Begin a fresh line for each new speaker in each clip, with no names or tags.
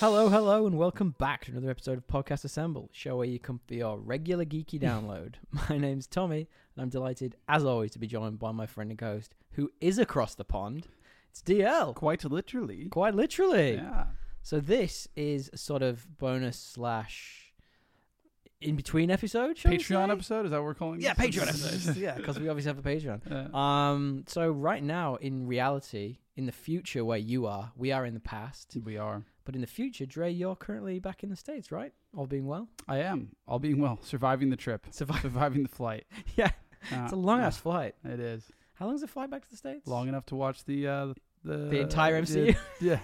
Hello, hello, and welcome back to another episode of Podcast Assemble, a show where you come for your regular geeky download. my name's Tommy, and I'm delighted, as always, to be joined by my friend and co-host, who is across the pond. It's DL,
Quite literally.
quite literally.
Yeah.
So this is a sort of bonus slash in between episode, shall we
Patreon
say?
episode? Is that what we're calling Uh,
Yeah,
this?
Patreon episodes. yeah, because we obviously have a Patreon.
Yeah.
Um, so right now, in reality, in the future where you are, we are in the past.
we are.
But in the future, Dre, you're currently back in the States, right? All being well?
I am. All being well. Surviving the trip.
Survive.
Surviving the flight.
yeah.
Uh,
It's a long ass flight.
It is.
How long's the flight back to the States?
Long enough to watch the uh, the
The entire MCU.
The, yeah.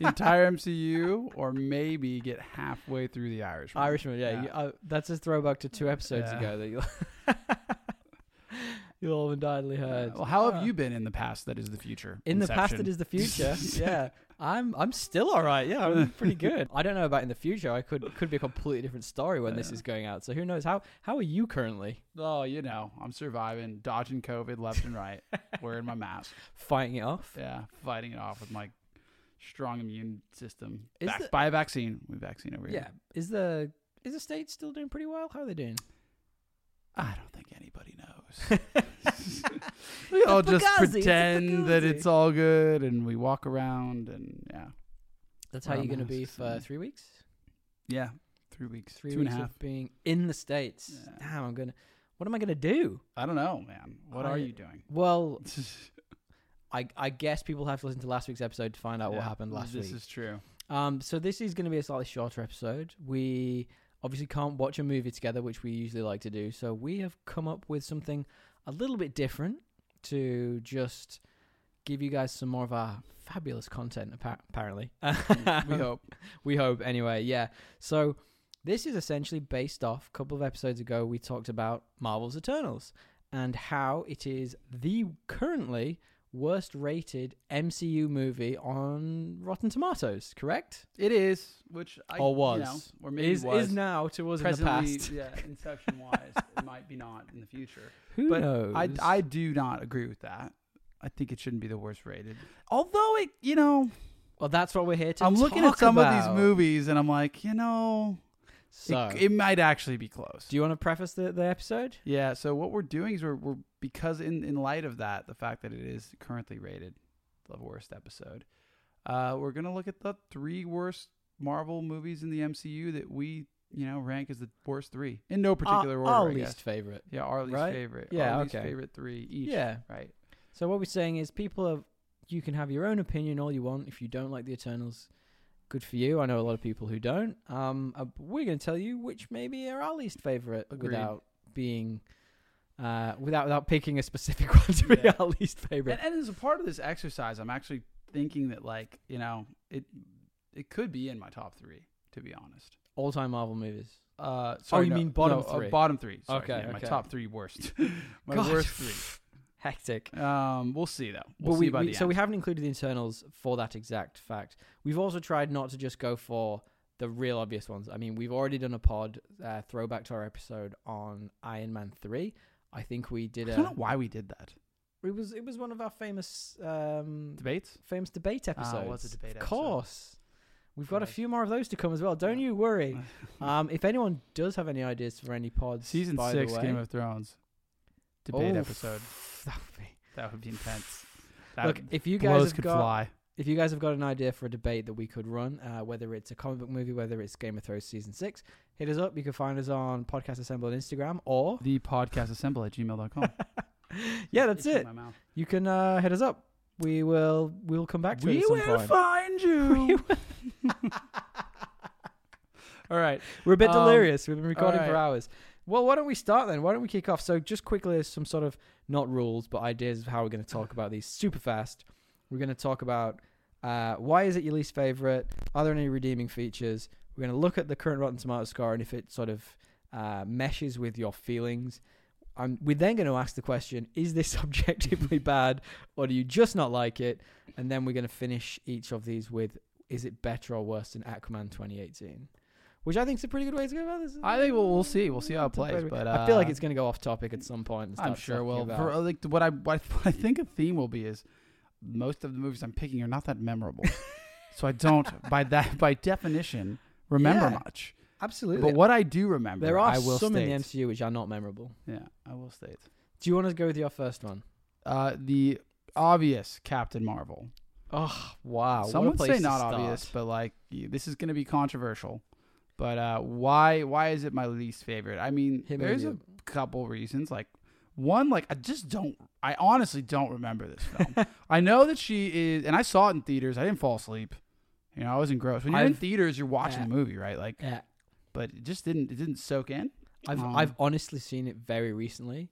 The entire MCU or maybe get halfway through the Irishman.
Irishman, yeah. you- uh, that's a throwback to two episodes
Yeah.
ago that you, you all undoubtedly heard.
Well, how
Yeah. uh,
have you been in the past that is the future?
In the past that
Inception.
is the future. yeah. I'm I'm still all right. Yeah, I'm pretty good. I don't know about in the future. I could could be a completely different story when this
Yeah.
is going out. So who knows how how are you currently
Oh, you know, I'm surviving, dodging COVID left and right, wearing my mask.
fighting it off?
Yeah, fighting it off with my strong immune system.
Is
Vac-
the-
buy a vaccine. We vaccine over here.
Yeah. Is the is the state still doing pretty well? How are they doing?
I don't think anybody knows. we all just
Fugazi, it's a
pretend that
Fugazi.
it's all good and we walk around and yeah.
That's how
Well,
you're going to
I'm
be
just,
for
uh,
three weeks.
Yeah. Three weeks.
Three
two and
weeks
a half.
of being in the states.
Yeah.
Damn, I'm gonna. What am I gonna do?
I don't know, man. What
I-
are you doing?
Well, I I guess people have to listen to last week's episode to find out what
Yeah,
happened last
this
week.
is true.
Um, so this is going to be a slightly shorter episode. We obviously can't watch a movie together, which we usually like to do. So we have come up with something a little bit different to just give you guys some more of our fabulous content. appa- Apparently,
we hope.
We hope, anyway. Yeah. So this is essentially based off. A couple of episodes ago, we talked about Marvel's Eternals and how it is the currently worst rated MCU movie on Rotten Tomatoes. Correct?
It is, which I
Or was.
you know, or maybe
is
was.
is now to us in the
Presently,
past.
yeah, inception wise, it might be not in the future.
Who
but
knows?
I, I do not agree with that. I think it shouldn't be the worst rated. Although it, you know,
well, that's what we're here to.
I'm looking
talk
at some
about.
of these movies and I'm like, you know,
So,
it, it might actually be close.
do you want to preface the, the episode?
yeah. So what we're doing is we're, we're because in in light of that, the fact that it is currently rated the worst episode, uh, we're gonna look at the three worst Marvel movies in the MCU that we you know rank as the worst three in no particular
our,
order.
Our
I
least
guess.
favorite.
Yeah, our least
right?
favorite.
Yeah,
our least
okay.
favorite three each.
Yeah.
Right.
So what we're saying is, people are. You can have your own opinion all you want. If you don't like the Eternals, good for you. I know a lot of people who don't. Um, uh, we're going to tell you which maybe are our least favorite
Agreed.
without being, uh, without without picking a specific one to be
Yeah.
our least favorite.
And, and as a part of this exercise, I'm actually thinking that like you know it it could be in my top three to be honest.
All time Marvel movies.
Uh, sorry,
Oh, you
no-
mean bottom
no, uh,
three.
bottom three. Sorry,
Okay,
yeah, my
okay.
top three worst. my
God,
worst three.
Hectic.
Um, we'll see though. We'll
but
see
we,
by
we-
the
so
end.
we haven't included the internals for that exact fact. We've also tried not to just go for the real obvious ones. I mean, we've already done a pod uh, throwback to our episode on Iron Man three. I think we did
I don't know
a.
why we did that.
It was it was one of our famous um,
Debates.
famous debate episodes.
Ah, it was a debate
Of
episode.
course, we've got a
Right.
few more of those to come as well. Don't you worry. Um, if anyone does have any ideas for any pods,
Season
by the
six,
way-
Game of Thrones debate
Oh,
episode.
That would be
That would be intense. That
Look, if you guys
blows
have
could
got
fly.
if you guys have got an idea for a debate that we could run, uh, whether it's a comic book movie, whether it's Game of Thrones season six, hit us up. You can find us on Podcast Assemble on Instagram, or
The podcast assemble at gmail.com.
yeah, that's
Itching
it.
my mouth.
You can uh, hit us up. We will we'll come back to it
We
at some
will
point.
find
We
you. All right.
We're a bit
Um,
delirious. We've been recording for
alright.
hours. Well, why don't we start then? Why don't we kick off? So, just quickly, as some sort of not rules, but ideas of how we're going to talk about these super fast. We're going to talk about uh, why is it your least favorite? Are there any redeeming features? We're going to look at the current Rotten Tomatoes score and if it sort of uh, meshes with your feelings. Um, we're then going to ask the question: Is this objectively bad, or do you just not like it? And then we're going to finish each of these with: Is it better or worse than Aquaman 2018? Which I think is a pretty good way to go about this.
I think we'll- we'll see. We'll see how it plays, but,
I feel like
uh,
it's going to go off topic at some point. and
I'm
start
sure.
talking
Well,
about-
for, uh, like what I what I think a theme will be is most of the movies I'm picking are not that memorable. So I don't, by that, by definition, remember
Yeah.
much.
Absolutely.
But what I do remember,
there are
I will
some
state.
in the MCU which are not memorable.
yeah, I will state.
Do you want to go with your first one?
Uh, the obvious Captain Marvel.
Oh wow!
Some
what a
Uh, would
place
say
to
not
start.
obvious, but like y- this is going to be controversial. But uh, why why is it my least favorite? I mean,
Hit me
there's a
with
couple reasons. Like one, like I just don't. I honestly don't remember this film. I know that she is, and I saw it in theaters. I didn't fall asleep. You know, I was engrossed. When you're in
I've-
theaters, you're watching
yeah.
the movie, right? Like,
Yeah,
but it just didn't. It didn't soak in.
I've
Um,
I've honestly seen it very recently.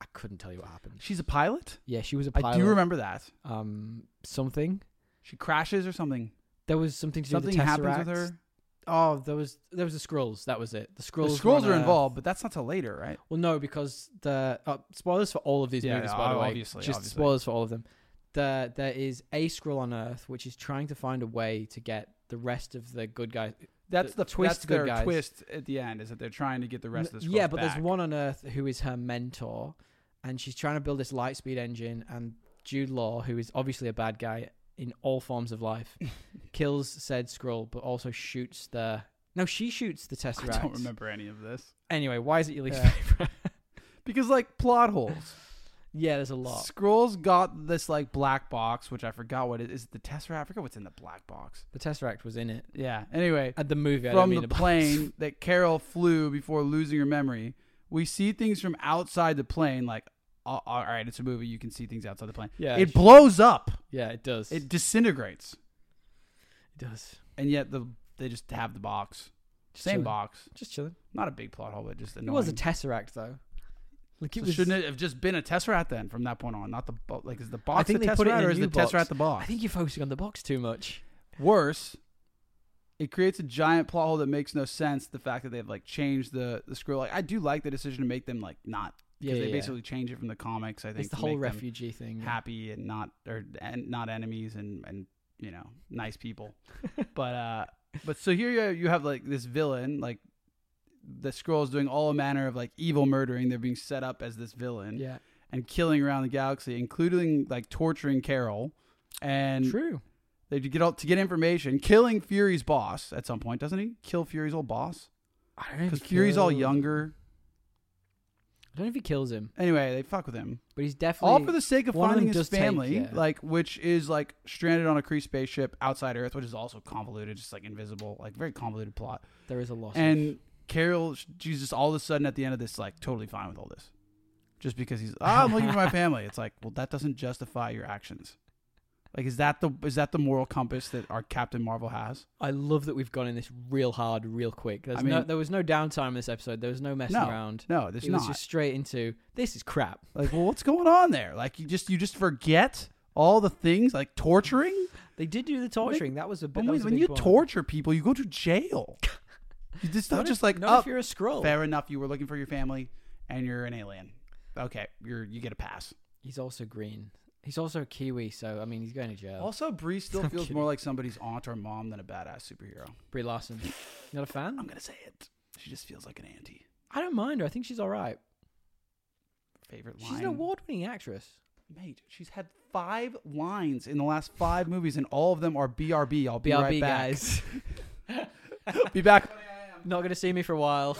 I couldn't tell you what happened.
She's a pilot.
Yeah, she was a
I
pilot.
do remember that.
um something.
She crashes or something.
There was something to
Something
do with the
happens with
Tesseract.
her.
Oh, there was there was the scrolls. That was it. The scrolls.
the
were
scrolls
on
are
Earth.
involved, but that's not till later, right?
Well, no, because the uh, spoilers for all of these
Yeah, uh,
movies. By the way,
obviously,
just
obviously.
spoilers for all of them. The, there is a scroll on Earth which is trying to find a way to get the rest of the good guys.
That's the,
the twist
That's their
good guys.
twist at the end is that they're trying to get the rest of the
N-
Skrulls
yeah, but
back.
there's one on Earth who is her mentor, and she's trying to build this light speed engine. And Jude Law, who is obviously a bad guy in all forms of life, kills said scroll, but also shoots the. No, she shoots the Tesseract.
I don't remember any of this
Anyway, why is it your least
Yeah.
favorite?
because like plot holes.
yeah, there's a lot.
Scrolls got this like black box, which I forgot what it is. It the Tesseract. I forgot what's in the black box.
The Tesseract was in it.
Yeah. Anyway,
At the movie, I don't
from
mean
the
about-
plane that Carol flew before losing her memory, we see things from outside the plane. Like, all, all right, it's a movie. You can see things outside the plane.
Yeah,
it
sh-
blows up.
yeah, it does.
It disintegrates,
does.
and yet the they just have the box.
Just
Same
chilling.
box.
Just chilling.
Not a big plot hole, but just
It
annoying.
was a Tesseract though. Like it
So
was.
shouldn't it have just been a Tesseract then from that point on? Not the bo- like is the box
think
the
they put it in
Tesseract
a
or is the
new box.
Tesseract the box?
I think you're focusing on the box too much.
worse. It creates a giant plot hole that makes no sense. The fact that they've like changed the the scroll, like I do like the decision to make them like not
Yeah,
because
yeah,
they
yeah.
basically change it from the comics. I think
it's the
to
whole
make them
refugee thing.
happy and not or and not enemies and and you know nice people. but uh, but so here you you have like this villain like the scroll is doing all manner of like evil murdering. They're being set up as this villain.
yeah,
and killing around the galaxy, including like torturing Carol. And
true.
they to get all, to get information, killing Fury's boss at some point, doesn't he? Kill Fury's old boss
I don't know if
because
he
Fury's all
kills-
younger.
I don't know if he kills him,
Anyway, they fuck with him
but he's definitely
all for the sake of
one of them
finding
does
his
take,
family,
yeah.
like which is like stranded on a Kree spaceship outside Earth, which is also convoluted, just like invisible, like very convoluted plot.
there is a loss. of-
And Carol, she's just all of a sudden at the end of this, like totally fine with all this, just because he's "Ah, I'm looking for my family. It's like, well, that doesn't justify your actions. Like, is that the is that the moral compass that our Captain Marvel has?
I love that we've gone in this real hard, real quick. There's
I
no,
mean-
there was no downtime in this episode. There was no messing
No.
around.
No, there's
It was
not.
just straight into this is crap.
Like, well, what's going on there? Like, you just you just forget all the things like torturing.
They did do the torturing. that was a bit.
When,
that
we-
was a
when
big
you
one.
torture people, you go to jail. It's not
if-
just like
not
up.
if you're a scroll.
Fair enough. You were looking for your family, and you're an alien. Okay, you're you get a pass.
He's also green. He's also a Kiwi, so I mean, he's going to jail.
Also, Bree still
I'm
feels
kidding.
more like somebody's aunt or mom than a badass superhero.
Brie Larson, not a
I'm
fan.
gonna say it. She just feels like an auntie.
I don't mind her. I think she's all right.
Favorite line.
She's an award-winning actress.
Mate, she's had five lines in the last five movies, and all of them are BRB. I'll be
BRB
right back.
guys,
be back.
not gonna see me for a while.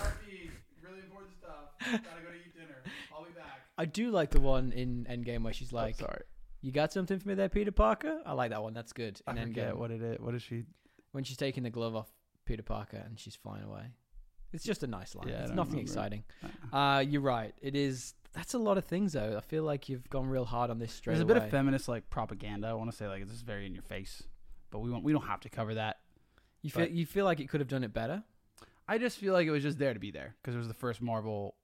Really important stuff. Gotta go to eat dinner. I'll be back.
I do like the one in Endgame where she's like,
Oh, sorry.
"You got something for me there, Peter Parker?" I like that one. That's good.
I
In Endgame,
forget what it is. What is she?
when she's taking the glove off Peter Parker and she's flying away, it's just a nice line.
Yeah, I
it's
don't
nothing
remember.
exciting.
Uh,
Uh, you're right. It is. That's a lot of things though. I feel like you've gone real hard on this straight
There's a
away.
bit of feminist like propaganda. I want to say like this is very in your face, but we won't. We don't have to cover that.
you feel
but-
you feel like it could have done it better.
I just feel like it was just there to be there because it was the first Marvel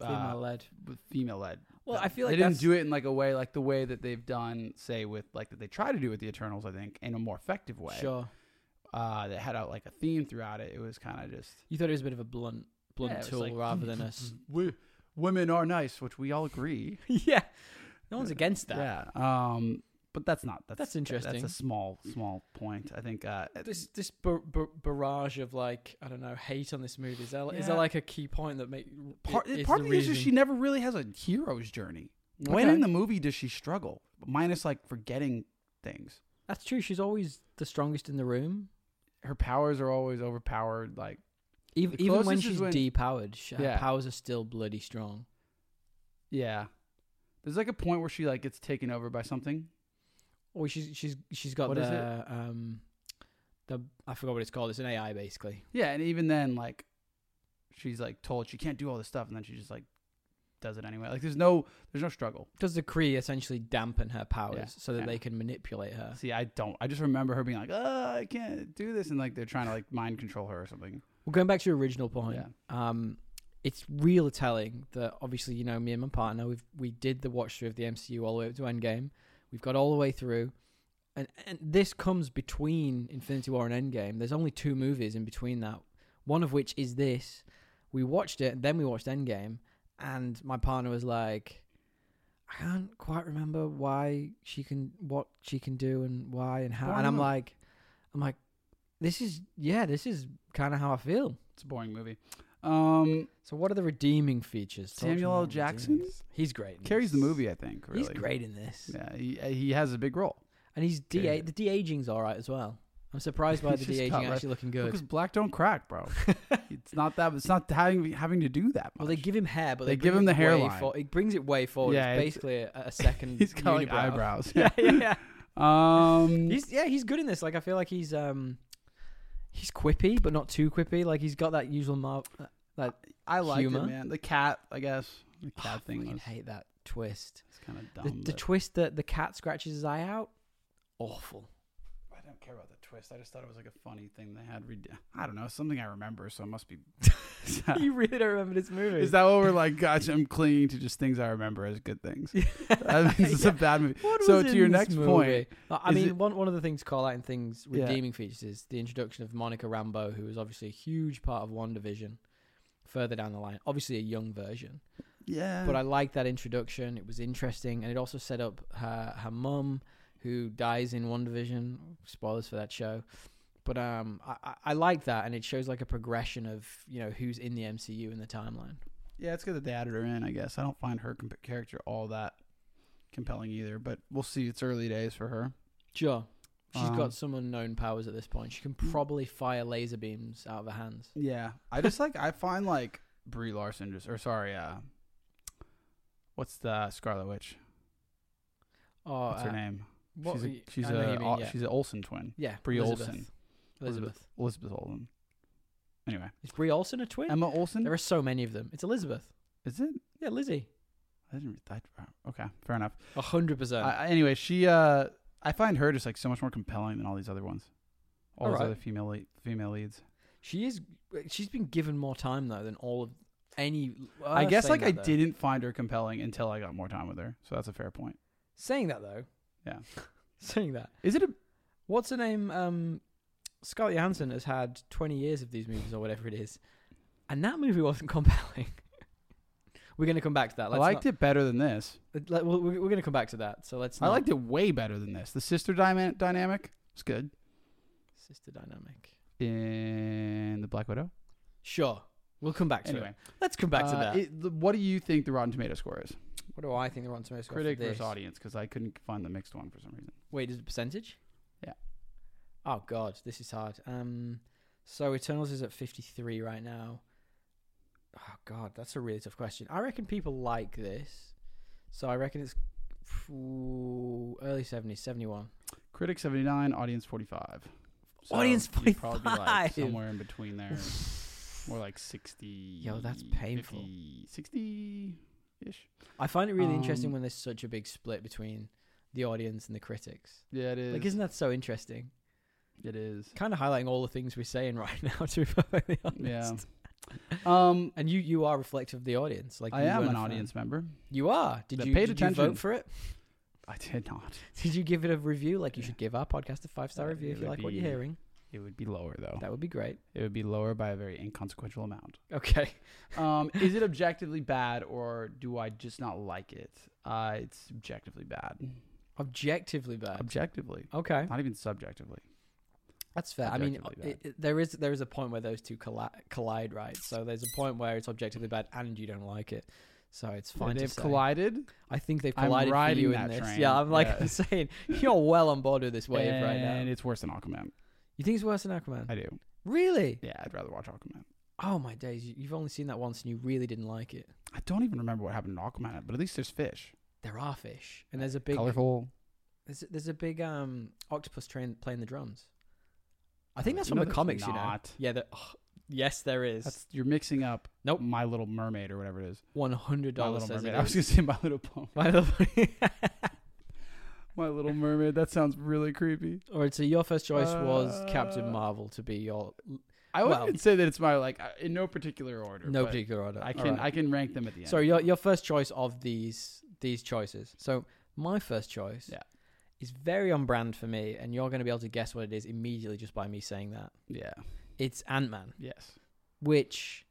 uh,
Female led.
female led.
Uh, Well, I feel like
they didn't
that's-
do it in like a way like the way that they've done, say with like that they try to do with the Eternals. I think in a more effective way.
Sure.
Uh, that had out like a theme throughout it. It was kind of just
You thought it was a bit of a blunt, blunt
Yeah, it was
tool
like-
rather than us.
we, women are nice, which we all agree.
yeah. No one's against that.
Yeah. Um, but that's not that's,
That's interesting.
That's a small small point. I think uh,
This this bar- bar- barrage of like I don't know hate on this movie is that is
Yeah.
that like a key point that make
part
is
part of the issue
reason-
she never really has a hero's journey. When
Okay.
in the movie does she struggle? Minus like forgetting things.
That's true. She's always the strongest in the room.
Her powers are always overpowered. Like
Even,
The
even when
closest is
she's
when-
depowered, sh- her
Yeah.
powers are still bloody strong.
yeah, there's like a point where she like gets taken over by something.
Or she's she's she's got
What
the
is it?
um the I forgot what it's called. It's an AI basically.
Yeah, and even then, like she's like told she can't do all this stuff, and then she just like does it anyway. Like there's no there's no struggle.
Does the Kree essentially dampen her powers so that
yeah.
they can manipulate her?
See, I don't. I just remember her being like, "Uh, I can't do this," and like they're trying to like mind control her or something.
Well, going back to your original point,
Yeah.
um, it's real telling that obviously you know me and my partner we've we did the watch through of the MCU all the way up to Endgame. We've got all the way through, and and this comes between Infinity War and Endgame. There's only two movies in between that, one of which is this. We watched it, then we watched Endgame, and my partner was like. I can't quite remember why she can what she can do and why and how
Why
and I'm
not?
like I'm like this is yeah this is kind of how I feel
It's a boring movie. Um,
so what are the redeeming features? Talk to me
Samuel L.
about redeeming
Jackson
features. He's great. in
carries the
this.
movie, I think. Really.
He's great in this,
Yeah, he, uh, he has a big role.
and he's de
Yeah.
the de aging's all right as well. I'm surprised by the
He's just
de aging
got less-
actually looking
Because
good.
black don't crack, bro. it's not that. It's not having having to do that. Much.
Well, they give him hair, but they,
They give
bring
him the
it way
hairline.
For, it brings it way forward.
Yeah,
it's
it's-
basically a, a second.
He's got like
unibrow.
eyebrows.
yeah, yeah, yeah.
Um,
He's yeah, he's good in this. Like I feel like he's um, he's quippy, but not too quippy. Like he's got that usual mar-
I liked
humor.
it, man. The cat, I guess. The cat
I
thing
fucking
was
hate that twist.
kind of dumb.
The, the
but-
twist that the cat scratches his eye out. Awful.
I don't care about the twist. I just thought it was like a funny thing they had. Re- I don't know. Something I remember, so it must be.
you really don't remember this movie.
Is that what we're like? Gosh, I'm clinging to just things I remember as good things. I mean, this is
Yeah.
a bad movie.
What
So
was
to
in
your
this
next
movie?
point,
Uh, I
is
mean,
it-
one one of the things to call out in things
Yeah.
redeeming features is the introduction of Monica Rambeau, who was obviously a huge part of One Division. Further down the line, obviously a young version,
Yeah.
but I liked that introduction. It was interesting, and it also set up her her mum, who dies in One Division. Spoilers for that show, but um, I, I, I like that, and it shows like a progression of you know who's in the MCU in the timeline.
yeah, it's good that they added her in. I guess I don't find her comp- character all that compelling either. But we'll see. It's early days for her.
Sure. she's
Um, Mm.
got some unknown powers at this point. She can probably fire laser beams out of her hands.
Yeah, I just like I find like Brie Larson just or sorry, uh, what's the Scarlet Witch?
Oh,
What's her
uh,
name?
What,
she's a, she's
I know who you
a
mean,
Ol-
yeah.
she's an Olsen twin.
yeah,
Brie
Elizabeth.
Olsen.
Elizabeth.
Elizabeth Olsen. Anyway,
Is Brie Olsen a twin?
Emma Olsen.
there are so many of them. It's Elizabeth.
Is it?
Yeah, Lizzie.
I didn't. I, okay, fair enough.
A hundred percent.
I, I- anyway, she. uh I find her just like so much more compelling than all these other ones. All,
All
these
right.
other female lead, female leads.
She is. She's been given more time though than all of any. uh,
I guess
saying
like
that,
I
though.
didn't find her compelling until I got more time with her. So that's a fair point.
Saying that though.
Yeah.
saying that.
Is it a
What's her name? Um, Scarlett Johansson has had twenty years of these movies or whatever it is, and that movie wasn't compelling. We're going to come back to that.
I
Let's
liked it better than this.
Let- let- we'll- we're, we're going to come back to that. So let's.
I
not-
liked it way better than this. The sister dyna- dynamic was good
sister dynamic.
in the Black Widow.
Sure, we'll come back to
Anyway,
it. Let's come back to
uh,
that.
it- the- what do you think the Rotten Tomato score is?
what do I think the Rotten Tomatoes score
Critic
for this?
versus audience, because I couldn't find the mixed one for some reason.
Wait, is it percentage?
Yeah.
Oh god, this is hard. Um, so Eternals is at fifty three right now. Oh god, that's a really tough question. I reckon people like this, so I reckon it's ooh, early 70s, 71.
Critic seventy nine, audience forty five.
Audience
you'd probably be,
45.
Like somewhere in between there, more like sixty.
Yo, that's painful.
50, Sixty ish.
I find it really
Um,
interesting when there's such a big split between the audience and the critics.
Yeah, it is.
Like, isn't that so interesting?
it is.
Kind of highlighting all the things we're saying right now, to be perfectly honest.
Yeah. Um,
And you, you are reflective of the audience. Like
I
you
am
weren't
an
a fan.
audience member.
You are. Did
That
you
paid
did you
attention.
vote for it?
I did not.
Did you give it a review? Like you
Yeah.
should give our podcast a five star
Uh,
review
it
if you
would
like what you're
be-
hearing.
It would be lower though.
That would be great.
It would be lower by a very inconsequential amount.
Okay.
Um, is it objectively bad or do I just not like it? Uh, it's objectively bad.
Objectively bad.
Objectively,
Okay,
not even subjectively.
that's fair. I mean,
Objectively
it, it- there is there is a point where those two colli- collide, right? So there's a point where it's objectively bad and you don't like it. So it's
Yeah,
fine. to
they've
say.
collided.
I think they've
I'm
collided for
riding
you in
that
this.
train.
Yeah, I'm like
Yeah.
I'm saying you're well on board with this wave right
And
now.
it's worse than Aquaman.
You think it's worse than Aquaman?
I do.
really?
Mm. Yeah, I'd rather watch Aquaman.
Oh my days! You- You've only seen that once, and you really didn't like it.
I don't even remember what happened in Aquaman, but at least there's fish.
There are fish, and there's a big
Colorful.
there's, a- there's a big um octopus train playing the drums. I think that's from
No,
the
there's
comics, you know.
not.
Yeah. There, oh, yes, there is.
That's you're mixing up
Nope.
My Little Mermaid or whatever it is.
One hundred
My
dollars
Little
says it
Mermaid. I
is.
was gonna say My Little Pump.
My Little-
My Little Mermaid. That sounds really creepy.
All right, so your first choice was
Uh,
Captain Marvel to be your
I wouldn't
Well-
even say that it's my like uh, in no particular order.
no
but
particular order.
I
All
can
right.
I can rank them at the end.
So your your first choice of these these choices. So my first choice
Yeah.
is very on brand for me, and you're going to be able to guess what it is immediately just by me saying that.
Yeah.
It's Ant Man,
Yes.
which,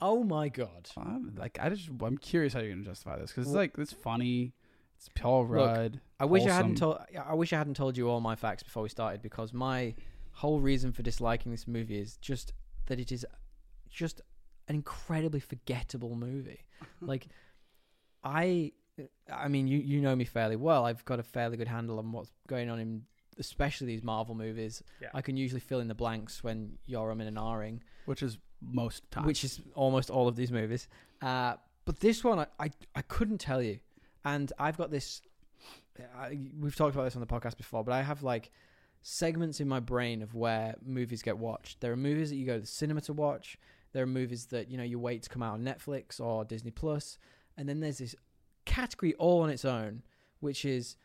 oh my god,
I'm, like I just I'm curious how you're gonna justify this because it's
Well-
like it's funny. It's Paul
Look,
Rudd.
I wish I hadn't
Wholesome.
told I wish I hadn't told you all my facts before we started because my whole reason for disliking this movie is just that it is just an incredibly forgettable movie. like I I mean you you know me fairly well. I've got a fairly good handle on what's going on in especially these Marvel movies.
Yeah.
I can usually fill in the blanks when you're umming and ahhing,
which is most times.
which is almost all of these movies. Uh, but this one, I, I, I couldn't tell you. And I've got this. I, we've talked about this on the podcast before, but I have like segments in my brain of where movies get watched. There are movies that you go to the cinema to watch. There are movies that you know you wait to come out on Netflix or Disney Plus, and then there's this category all on its own, which is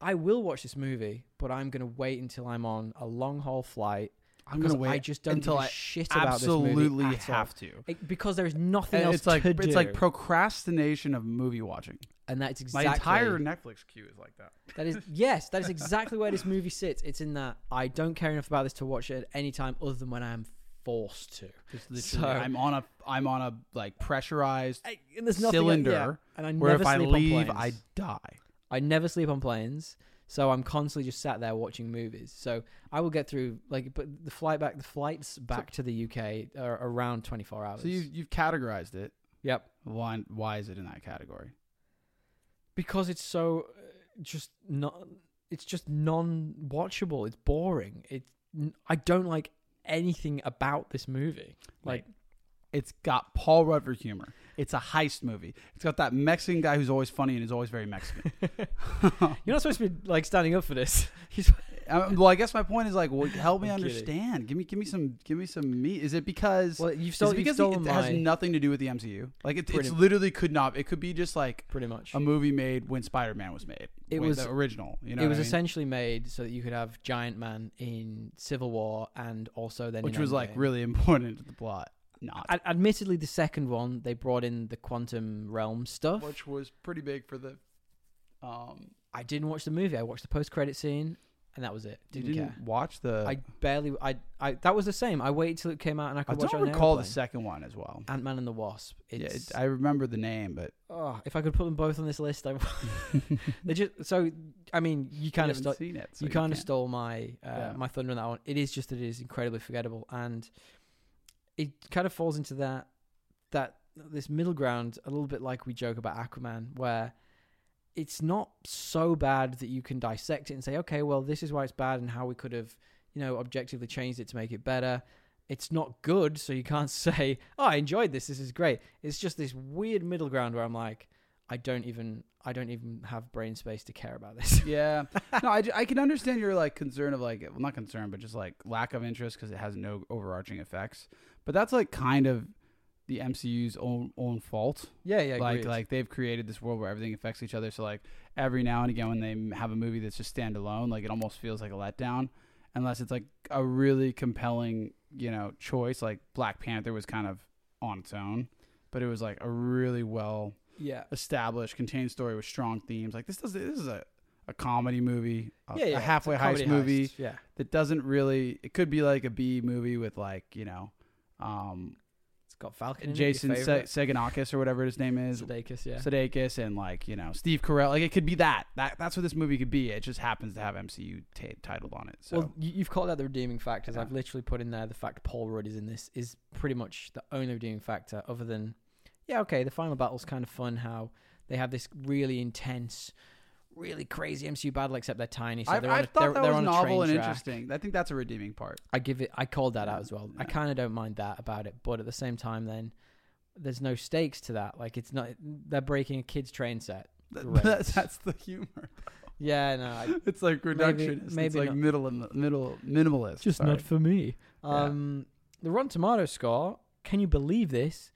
I will watch this movie, but I'm going to wait until I'm on a long haul flight.
I'm gonna
because I
wait
just don't
until
give a
I
shit about this movie
absolutely
at all.
have to.
It- because there is nothing
And
else
it's like
to
it's
do.
like procrastination of movie watching.
and that's exactly
My entire Netflix queue is like that.
that is yes, that is exactly where this movie sits. It's in that I don't care enough about this to watch it at any time other than when I am forced to.
It's literally,
So-
I'm on a I'm on a like pressurized
I, and there's nothing
cylinder
yeah, and I
where
never
if I
sleep on
leave I
planes.
die.
I never sleep on planes, so I'm constantly just sat there watching movies. So I will get through like, but the flight back, the flights back to the UK are around 24 hours.
So you you've categorized it.
yep,
Why why is it in that category?
because it's so uh, just not it's just non-watchable it's boring it i don't like anything about this movie like
It's got Paul Rudd for humor. It's a heist movie. It's got that Mexican guy who's always funny and is always very Mexican.
you're not supposed to be like standing up for this
Um, well, I guess my point is like, well, help me
I'm kidding.
understand. Give me give me some give me some meat. Is it because
well you've
Is
stolen,
it
you've
because it
stolen
has
my
nothing to do with the MCU? Like it,
Pretty-
it's literally could not. It could be just like
pretty much
a movie made when Spider Man was made.
It
when
was-
the original. um, You know,
it
what
was
I mean?
essentially made so that you could have giant man in civil war and also then
which
in
was like
Endgame.
really important to the plot. Not
Ad- admittedly the second one they brought in the quantum realm stuff
which was pretty big for the. Um,
i didn't watch the movie i watched the post-credit scene and that was it
you
didn't,
didn't
care
watch the.
I barely. I. I. That was the same. I waited till it came out, and I
I
could watch
don't
it on
recall the
an
second one as well.
Ant Man and the Wasp. It's,
yeah, it, I remember the name, but
oh, if I could put them both on this list, I. they just. So, I mean, you kind
you
of
haven't
stole.
seen it. so
you kind of
can't.
stole my uh,
Yeah.
my thunder on that one. It is just that it is incredibly forgettable, and it kind of falls into that that this middle ground a little bit like we joke about Aquaman, where it's not so bad that you can dissect it and say, okay, well, this is why it's bad and how we could have, you know, objectively changed it to make it better. It's not good, so you can't say, oh, I enjoyed this. This is great. It's just this weird middle ground where I'm like, I don't even, I don't even have brain space to care about this.
yeah no I, ju- I can understand your like concern of like well not concern but just like lack of interest because it has no overarching effects but that's like kind of the mcu's own own fault
yeah, yeah,
like
agreed.
like they've created this world where everything affects each other so like every now and again when they m- have a movie that's just standalone like it almost feels like a letdown unless it's like a really compelling you know choice like black panther was kind of on its own but it was like a really well
yeah.
established, contained story with strong themes. Like this does this is a, a comedy movie, a,
Yeah, yeah,
a
it's a
halfway heist
comedy
movie
heist, Yeah.
that doesn't really. It could be like a B movie with like you know, um,
It's got Falcon. in it, your
Jason Se-
favorite.
Seganakis or whatever his name is,
Sudeikis, yeah.
Sudeikis, and like you know Steve Carell. Like it could be that. That that's what this movie could be. It just happens to have MCU t- titled on it. So
Well, you- you've called out the redeeming factors.
Yeah.
I've literally put in there the fact Paul Rudd is in this is pretty much the only redeeming factor, other than yeah, okay, the final battle's kind of fun. How they have this really intense, really crazy MCU battle, except they're tiny. So
I,
they're on
I
a,
thought
they're,
that
they're
was
on a
novel
train
and
track.
interesting. I think that's a redeeming part.
I give it. I called that out as well. I
Yeah.
kind of don't mind that about it, but at the same time, then there's no stakes to that. Like it's not they're breaking a kid's train set.
That-
Great.
that's, that's the humor.
Yeah, no, I,
It's like reductionist. it's
maybe
like
not.
middle and middle minimalist. Sorry.
for me.
Yeah.
Um, The Rotten Tomato score, can you believe this?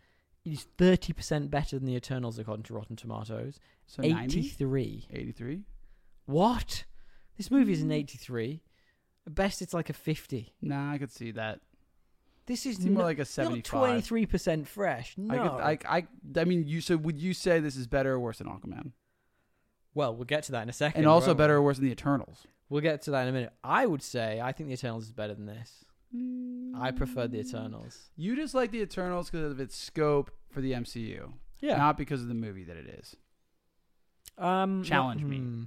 Is thirty percent better than the Eternals according to Rotten Tomatoes.
so 90?
Eighty-three.
83?
What? This movie is an
Hmm.
eighty-three. At best, it's like a fifty.
Nah, I could see that.
This is
It's more
no-
like a
not
75.
twenty-three percent fresh. No.
I, could, I, I, I mean, you. So would you say this is better or worse than Aquaman?
well, we'll get to that in a second.
And also
won't we?
better or worse than the Eternals?
We'll get to that in a minute. I would say I think the Eternals is better than this. Mm. I prefer the Eternals.
You just like the Eternals because of its scope for the MCU, not because of the movie that it is.
Um,
Challenge
well,
me.
hmm.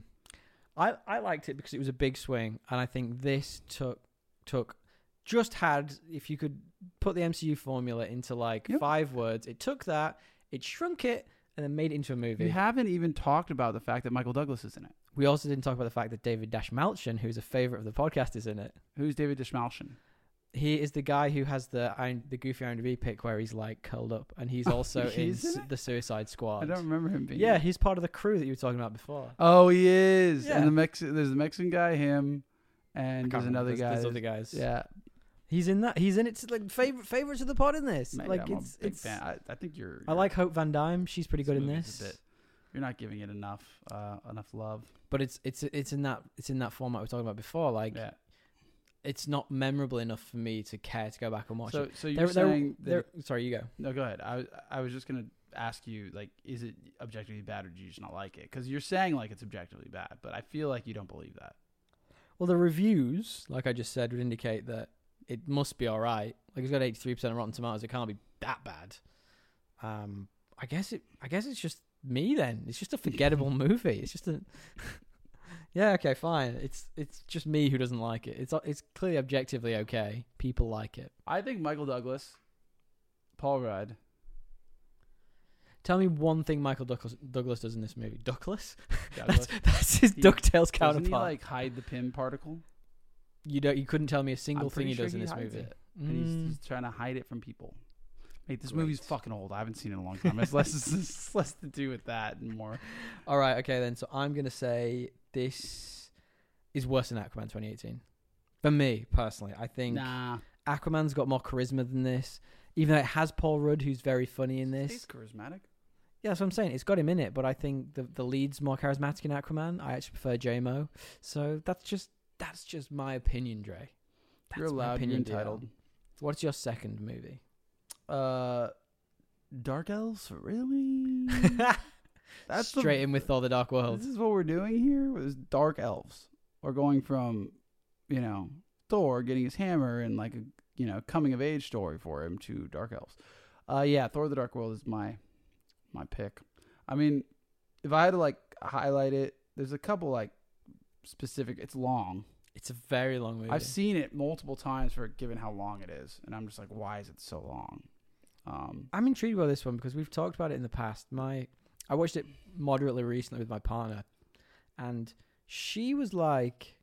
I I liked it because it was a big swing, and I think this took took just had if you could put the MCU formula into like
Yep.
five words, it took that, it shrunk it, and then made it into a movie.
We haven't even talked about the fact that Michael Douglas is in it.
We also didn't talk about the fact that David Dash Malchin, who's a favorite of the podcast, is in it.
Who's David Dishmalshin?
He is the guy who has the Iron- the goofy IMDb pick where he's like curled up, and he's also
He's
in,
in
Su- the Suicide Squad.
I don't remember him being.
yeah,
in it.
he's part of the crew that you were talking about before.
Oh, he is.
Yeah.
And the Mex- there's the Mexican guy, him,
I
and
can't
there's
remember.
another guy.
There's other
that's-
guys.
Yeah,
He's in that. He's in it. It's like favorite favorites of the pod in this.
Maybe
like
I'm
it's
a big
it's.
fan. I, I think you're.
I
you're-
like Hope Van Dyne. She's pretty good in
movie's a
this.
bit- You're not giving it enough, uh, enough love.
But it's it's it's in that it's in that format we were talking about before. Like
yeah.
it's not memorable enough for me to care to go back and watch
So,
it.
so you're
They're- they're-
saying that
they're- sorry, you go.
No, go ahead. I was- I was just gonna ask you like, is it objectively bad or do you just not like it? Because you're saying like it's objectively bad, but I feel like you don't believe that.
Well, the reviews, like I just said, would indicate that it must be all right. Like it's got eighty three percent of Rotten Tomatoes. It can't be that bad. Um, I guess it. I guess it's just me then. It's just a forgettable movie. It's just a. yeah. Okay. Fine. It's it's just me who doesn't like it. It's it's clearly objectively okay. People like it.
I think Michael Douglas, Paul Rudd.
Tell me one thing Michael Douglas, Douglas does in this movie. Douglas.
Douglas
That's his
He-
Ducktales
doesn't he
counterpart.
like hide the pim particle?
you don't. You couldn't tell me a single
I'm
thing
pretty
he
sure
does in this
hides
movie.
it, and
Mm.
he's, he's trying to hide it from people. Mate, this movie's
Great.
fucking old. I haven't seen it in a long time. It's less it's less to do with that and more.
All right, okay then. So I'm gonna say this is worse than Aquaman 2018. For me personally, I think
Nah,
Aquaman's got more charisma than this. Even though it has Paul Rudd, who's very funny in
he's
this.
charismatic.
Yeah, that's what I'm saying. It's got him in it, but I think the the lead's more charismatic in Aquaman. I actually prefer JMO. So that's just that's just my opinion, Dre. That's
you're
my
allowed. You're
opinion, Dion.
entitled.
What's your second movie?
Uh, Dark Elves, really? That's the-
Straight in with Thor: The Dark World.
This is what we're doing here. Was Dark Elves? We're going from, you know, Thor getting his hammer and like a you know coming of age story for him to Dark Elves. Uh, yeah, Thor: The Dark World is my my pick. I mean, if I had to like highlight it, there's a couple like specific. It's long.
It's a very long movie.
I've seen it multiple times for given how long it is, and I'm just like, why is it so long? Um,
I'm intrigued by this one because we've talked about it in the past. My I watched it moderately recently with my partner and she was like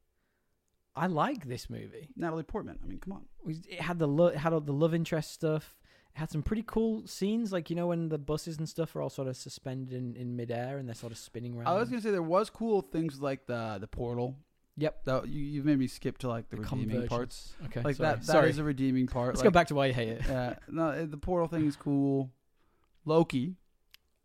I like this movie.
Natalie Portman. I mean, come on.
We- It had the lo- it had all the love interest stuff. It had some pretty cool scenes like you know when the buses and stuff are all sort of suspended in, in midair and they're sort of spinning around.
I was gonna say there was cool things like the the portal.
Yep.
Though you you've made me skip to like the,
The
redeeming
convergence.
parts.
okay.
Like
sorry.
that that is
sorry.
a redeeming part.
Let's
like,
go back to why you hate it.
uh, no, eh, the portal thing is cool. Loki.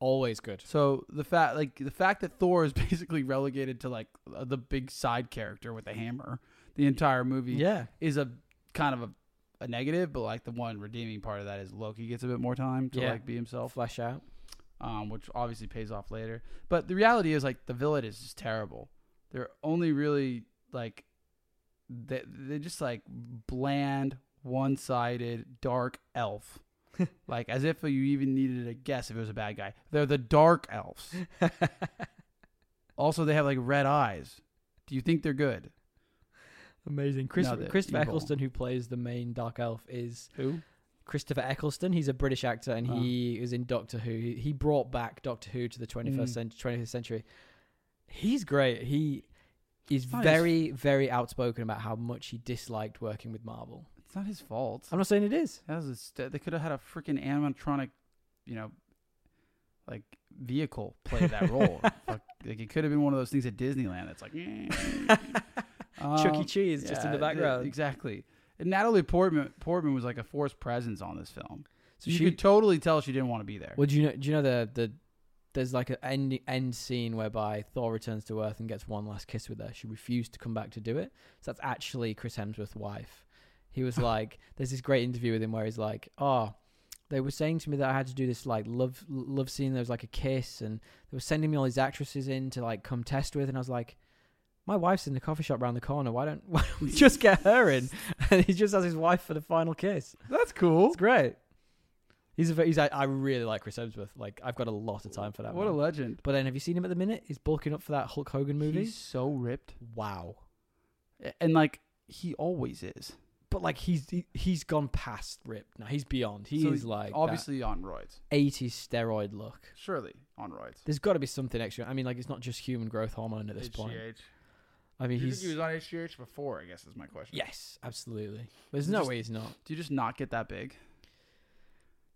Always good.
So the fact like the fact that Thor is basically relegated to like uh, the big side character with the hammer the entire movie
Yeah.
is a kind of a, a negative, but like the one redeeming part of that is Loki gets a bit more time to
Yeah.
like be himself.
Flesh out.
um, which obviously pays off later. But the reality is, like, the villain is just terrible. They're only really like they they're just like bland, one sided, dark elf. like as if you even needed to guess if it was a bad guy. They're the dark elves. Also, they have like red eyes. Do you think they're good?
Amazing. Chris
No, they're
Christopher
evil.
Eccleston who plays the main dark elf is
Who?
Christopher Eccleston. He's a British actor, and
Oh.
he is in Doctor Who. He, he brought back Doctor Who to the twenty first
Mm.
twentieth century. He's great. He is
Nice.
very, very outspoken about how much he disliked working with Marvel.
It's not his fault.
I'm not saying it is.
That was a st- they could have had a freaking animatronic, you know, like vehicle play that role. Fuck, like it could have been one of those things at Disneyland. It's like
Chuck E.
um,
Cheese just in the
yeah, th-
background.
exactly. And Natalie Portman Portman was like a forced presence on this film.
so
you
she.
could totally tell she didn't want to be there.
well, do you know? Do you know the the there's like an end end scene whereby Thor returns to Earth and gets one last kiss with her. She refused to come back to do it. So that's actually Chris Hemsworth's wife. He was like, there's this great interview with him where he's like, oh, they were saying to me that I had to do this like love love scene. There was like a kiss, and they were sending me all these actresses in to like come test with, and I was like. My wife's in the coffee shop round the corner. Why don't, why don't we just get her in? And he just has his wife for the final kiss.
That's cool.
It's great. He's a ve- he's I, I really like Chris Hemsworth. Like I've got a lot of time for that.
What a
man.
legend.
but then have you seen him at the minute? He's bulking up for that Hulk Hogan movie.
He's so ripped,
Wow.
A- and like he always is.
But like he's he, he's gone past ripped now. He's beyond. He
So
is like obviously
Obviously on roids.
eighties steroid look.
Surely on roids.
There's got to be something extra. I mean, like it's not just human growth hormone at this point. I mean, he's
on HGH before? I guess is my question.
yes, absolutely. There's
He
no
just-
way he's not.
Do you just not get that big?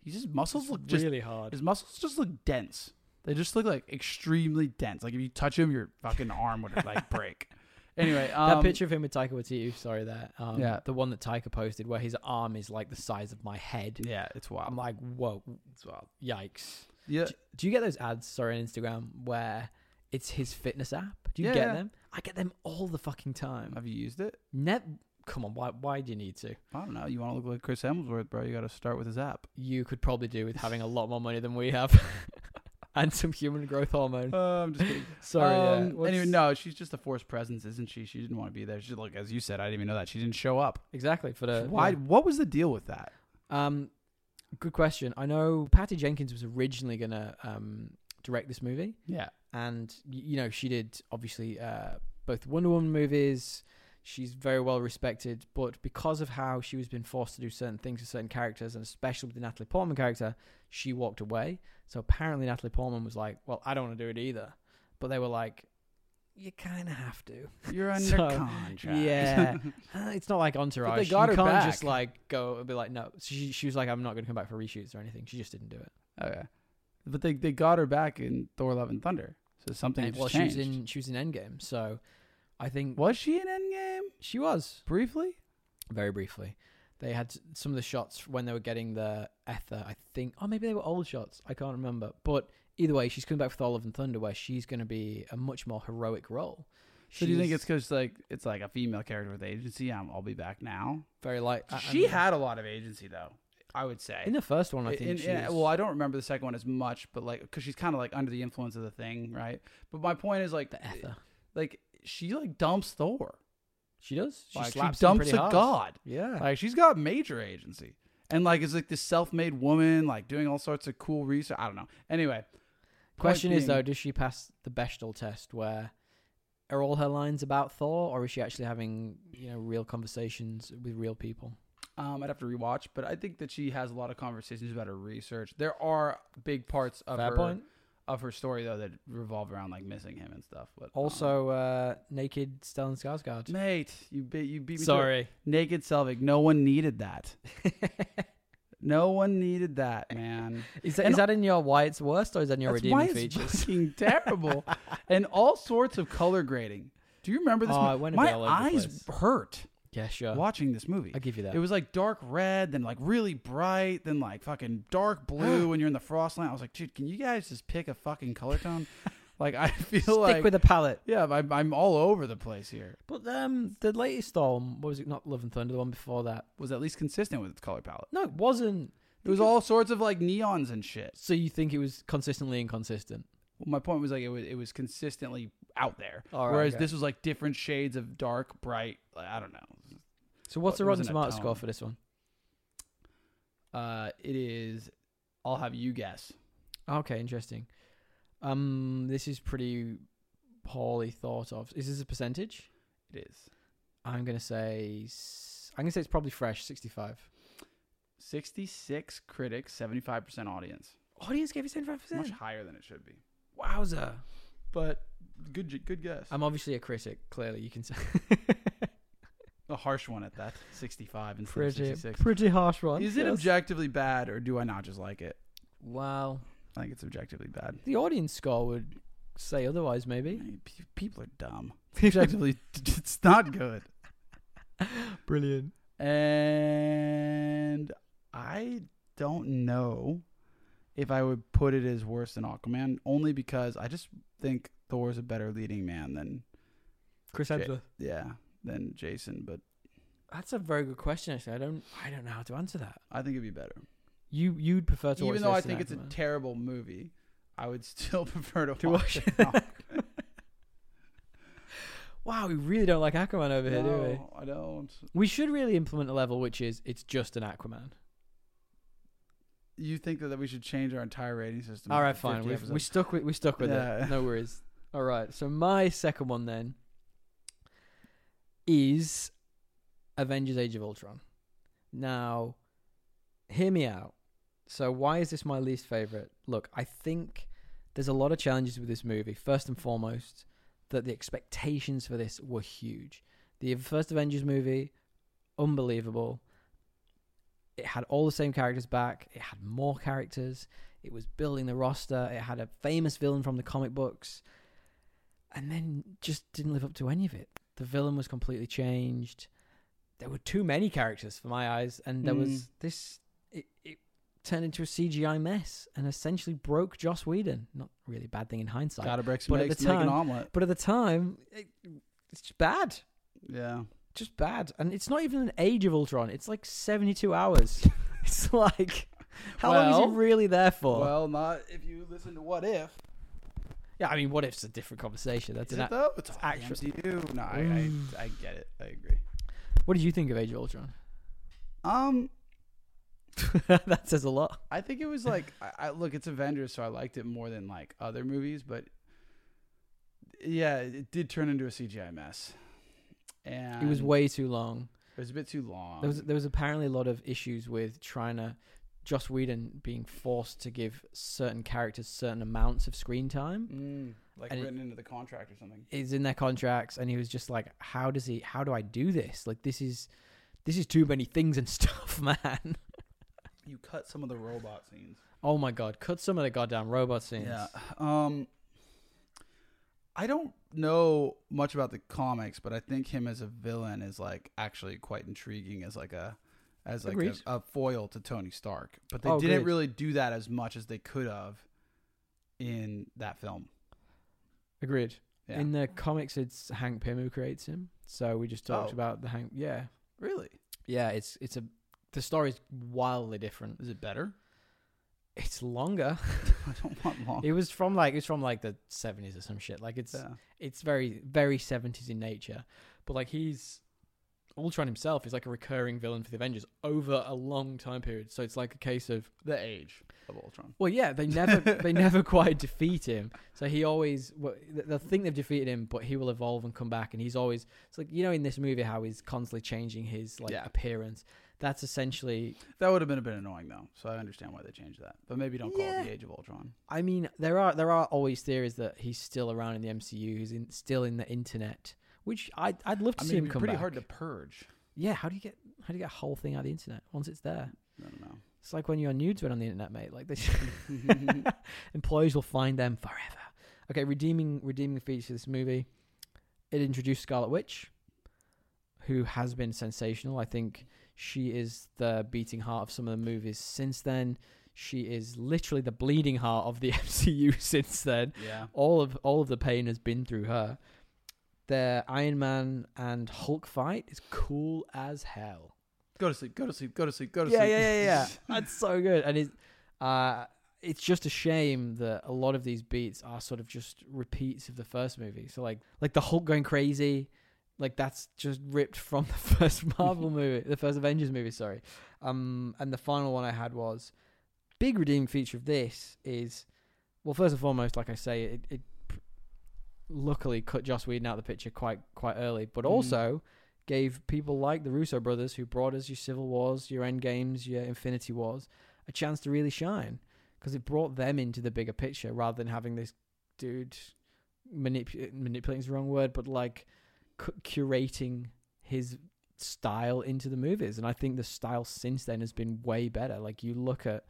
He's just muscles
It's
look just
really hard.
his muscles just look dense. They just look like extremely dense. Like if you touch him, your fucking arm would like break. Anyway, um,
that picture of him with Taika Waititi, sorry, that um,
Yeah.
the one that Taika posted where his arm is like the size of my head.
Yeah, it's
I'm
wild.
like, whoa,
It's wild.
yikes.
Yeah,
Do you get those ads, sorry, on Instagram where it's his fitness app? Do you
Yeah,
get
yeah.
them? I get them all the fucking time.
have you used it?
Never. Come on, why, why do you need to?
I don't know. You want to look like Chris Hemsworth, bro? You got to start with his app.
You could probably do with having a lot more money than we have and some human growth hormone.
Uh, I'm just kidding.
Sorry. yeah.
Um,
What's-
Anyway, no, she's just a forced presence, isn't she? She didn't want to be there. She like as you said, I didn't even know that she didn't show up.
Exactly. For the.
Why?
uh, yeah.
What was the deal with that?
Um, good question. I know Patty Jenkins was originally going to um, direct this movie.
Yeah,
and y- you know she did obviously uh, both Wonder Woman movies. She's very well respected, but because of how she was being forced to do certain things with certain characters, and especially with the Natalie Portman character, she walked away. So apparently Natalie Portman was like, "Well, I don't want to do it either," but they were like, "You kind of have to."
you're under
So,
contract.
yeah. Uh, it's not like Entourage.
they got
you
her
can't
back.
just like go and be like, "No." So she she was like, "I'm not going to come back for reshoots or anything." She just didn't do it.
Okay. But they, they got her back in Thor Love and Thunder. So something
And-
just
well,
changed.
she was in she was in Endgame, so I think
Was she in Endgame?
she was.
Briefly?
very briefly. They had some of the shots when they were getting the ether, I think, or maybe they were old shots. I can't remember. But either way, she's coming back with Thor: Love and Thunder, where she's going to be a much more heroic role.
So do you think
She's
it's because like it's like a female character with agency? i I'll be back now.
very like I- I
she
mean,
had a lot of agency though. I would say.
in the first one? I
In-
think she
in-
was-
well, I don't remember the second one as much, but like because she's kind of like under the influence of the thing, right? But my point is like
the ether.
like she like dumps Thor.
She does. She
Like, she
slaps him
dumps
pretty
a
hard.
god.
Yeah.
Like she's got major agency. And like is like this self made woman, like doing all sorts of cool research. I don't know. Anyway.
Question
point
is though,
being-
does she pass the Bechtel test? Where are all her lines about Thor, or is she actually having you know real conversations with real people?
um, I'd have to rewatch, but I think that she has a lot of conversations about her research. There are big parts of
Fair
her
point.
of her story though that revolve around like missing him and stuff. But um,
Also, uh, naked Stellan Skarsgård.
mate, you beat you beat me. to it.
Sorry.
naked Selvig. No one needed that. No one needed that, man.
is, that,
And-
is that in your why it's worst or is that in your
That's why
redeeming
it's
features?
fucking terrible, and all sorts of color grading. Do you remember this?
Oh,
mo-
it went a bit
My
all over the
eyes hurt
Yeah, sure.
watching this movie.
I'll give you that.
It was like dark red, then like really bright, then like fucking dark blue when you're in the frost line. I was like, dude, can you guys just pick a fucking color tone? like I feel
Stick
like
with the palette.
yeah, I'm, I'm all over the place here.
But um, the latest Storm, what was it? Not Love and Thunder, the one before that.
Was at least consistent with its color palette.
No, it wasn't.
It was all sorts of like neons and shit.
So you think it was consistently inconsistent?
Well, my point was like it was it was consistently out there,
All right,
whereas
okay.
this was like different shades of dark, bright. Like, I don't know.
So what's the Rotten
Well, it wasn't a
Tomatoes score
tone.
for this one?
Uh, it is. I'll have you guess.
Okay, interesting. Um, this is pretty poorly thought of. Is this a percentage?
It is
I'm gonna say. s- I'm gonna say it's probably fresh, sixty-five.
66 critics, 75% audience.
Audience gave it seventy five
Much
percent.
higher than it should be.
Wowza!
But good ju- good guess.
I'm obviously a critic. Clearly, you can say
a harsh one at that. 65 instead of
pretty,
66.
pretty harsh one.
Is it
yes.
objectively bad or do I not just like it?
Wow.
I think it's objectively bad.
The audience score would say otherwise. Maybe
I mean, pe- People are dumb. Objectively, it's not good.
brilliant.
And I don't know if I would put it as worse than Aquaman, only because I just think Thor's a better leading man than
Chris
Jay-
Hemsworth.
yeah than Jason. But
That's a very good question. Actually, I don't. I don't know how to answer that.
I think it'd be better.
You you'd prefer to watch
Even though I
this than
think it's a
Aquaman.
terrible movie, I would still prefer to,
To
watch,
watch-
it. now.
wow, we really don't like Aquaman over here, do eh? we?
No, I don't.
We should really implement a level which is it's just an Aquaman.
You think that we should change our entire rating system?
All right,
after 50
fine. We've, we
episodes?
stuck with we stuck with
Yeah.
it. No worries. All right. So my second one then is Avengers: Age of Ultron. Now, hear me out. So why is this my least favorite? Look, I think there's a lot of challenges with this movie. First and foremost, that the expectations for this were huge. The first Avengers movie, unbelievable. It had all the same characters back. It had more characters. It was building the roster. It had a famous villain from the comic books, and then just didn't live up to any of it. The villain was completely changed. There were too many characters for my eyes, and there was
Mm.
this. It, it turned into a CGI mess and essentially broke Joss Whedon. Not really a bad thing in hindsight,
gotta break some
but at
eggs
the
to make an
time-
omelet.
but at the time, it, it's just bad.
Yeah.
Just bad. And it's not even an age of Ultron. It's like 72 hours. it's like, how long
Well-
is he really there for?
Well, not if you listen to What If.
yeah, I mean, what if it's a different conversation? That's
Is
an
it
a-
though? It's
actual-
actually MCU. No, I,
Mm.
I, I get it. I agree.
What did you think of Age of Ultron?
Um,
that says a lot.
I think it was like I, I look. It's Avengers, so I liked it more than like other movies. But yeah, it did turn into a CGI mess, and
It was way too long.
it was a bit too long.
There was there was apparently a lot of issues with trying to Joss Whedon being forced to give certain characters certain amounts of screen time.
Mm, like
and it-
written into the contract or something.
is in their contracts and he was just like how does he how do i do this like this is this is too many things and stuff man
You cut some of the robot scenes.
oh my god cut some of the goddamn robot scenes
Yeah. Um, I don't know much about the comics, but I think him as a villain is like actually quite intriguing as like a as like a,
Agreed.
a foil to Tony Stark. But they
Oh,
didn't
agreed.
really do that as much as they could have in that film.
agreed
Yeah.
in the comics it's hank pym who creates him so we just talked
Oh.
about the hank yeah
Really?
yeah it's it's a the story's wildly different
Is it better?
it's longer
I don't want long.
it was from like it's from like the 70s or some shit like it's
Yeah.
it's very very 70s in nature but like he's ultron himself is like a recurring villain for the avengers over a long time period so it's like a case of
The age of Ultron.
well yeah they never they never quite defeat him so he always well, th- they'll think they've defeated him but he will evolve and come back and he's always it's like you know in this movie how he's constantly changing his like
Yeah.
appearance that's essentially
That would have been a bit annoying though, so I understand why they changed that. But maybe don't call
Yeah.
it the Age of Ultron.
I mean, there are there are always theories that he's still around in the MCU. He's in, still in the internet, which I I'd love to
I
see
mean, it'd
him
be
come
pretty
back.
hard to purge.
Yeah, how do you get how do you get a whole thing out of the internet once it's there?
I don't know.
It's like when your nudes went on the internet, mate. Like this, employees will find them forever. Okay, redeeming redeeming features of this movie. It introduced Scarlet Witch, who has been sensational. I think she is the beating heart of some of the movies since then. She is literally the bleeding heart of the MCU since then
Yeah.
all of all of the pain has been through her. The Iron Man and Hulk fight is cool as hell.
Go to sleep. Go to sleep. Go to sleep. Go to
Yeah,
sleep.
yeah, yeah, yeah. That's so good, and it's uh, it's just a shame that a lot of these beats are sort of just repeats of the first movie. So like like the Hulk going crazy, like that's just ripped from the first Marvel movie, the first Avengers movie. Sorry, um, and the final one I had was big redeeming feature of this is well, first and foremost, like I say, it, it p- luckily cut Joss Whedon out of the picture quite quite early, but
Mhm.
also gave people like the Russo brothers, who brought us your Civil Wars, your End Games, your Infinity Wars, a chance to really shine because it brought them into the bigger picture rather than having this dude manip- manipulating is the wrong word, but like cu- curating his style into the movies. And I think the style since then has been way better. Like you look at,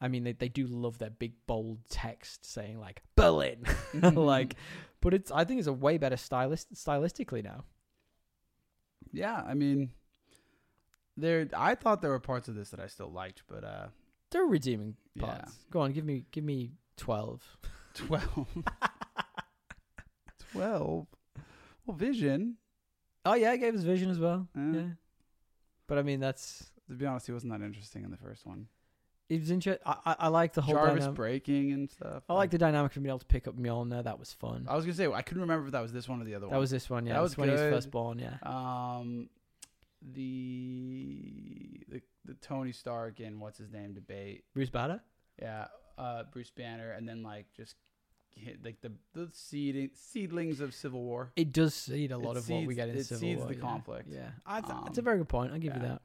I mean, they, they do love their big bold text saying like Berlin,
Mm-hmm.
like, but it's I think it's a way better stylist stylistically now.
yeah, I mean, there. I thought there were parts of this that I still liked, but uh,
There are redeeming
Yeah.
parts. Go on, give me give me twelve.
twelve. twelve. Well, Vision.
Oh yeah, it gave us Vision as well.
eh,
Yeah, but I mean that's
To be honest, he wasn't that interesting in the first one.
it was interesting. I, I I like the whole
Jarvis
dynam-
breaking and stuff.
um, I like the dynamic of being able to pick up Mjolnir. That was fun.
I was gonna say I couldn't remember if that was this one or the other
That
one.
was this one, yeah.
That
That was
was
when he
good.
was first born, yeah.
Um, the the, the Tony Stark and what's his name debate.
Bruce Banner?
Yeah, uh, Bruce Banner, and then like just hit, like the the seeding, seedlings of civil war.
It does seed a lot
It
of what we
seeds-
get in
it
Civil
seeds
War.
the
yeah.
conflict.
Yeah. I, th- it's a
Um,
very good point. I'll give you
yeah.
that.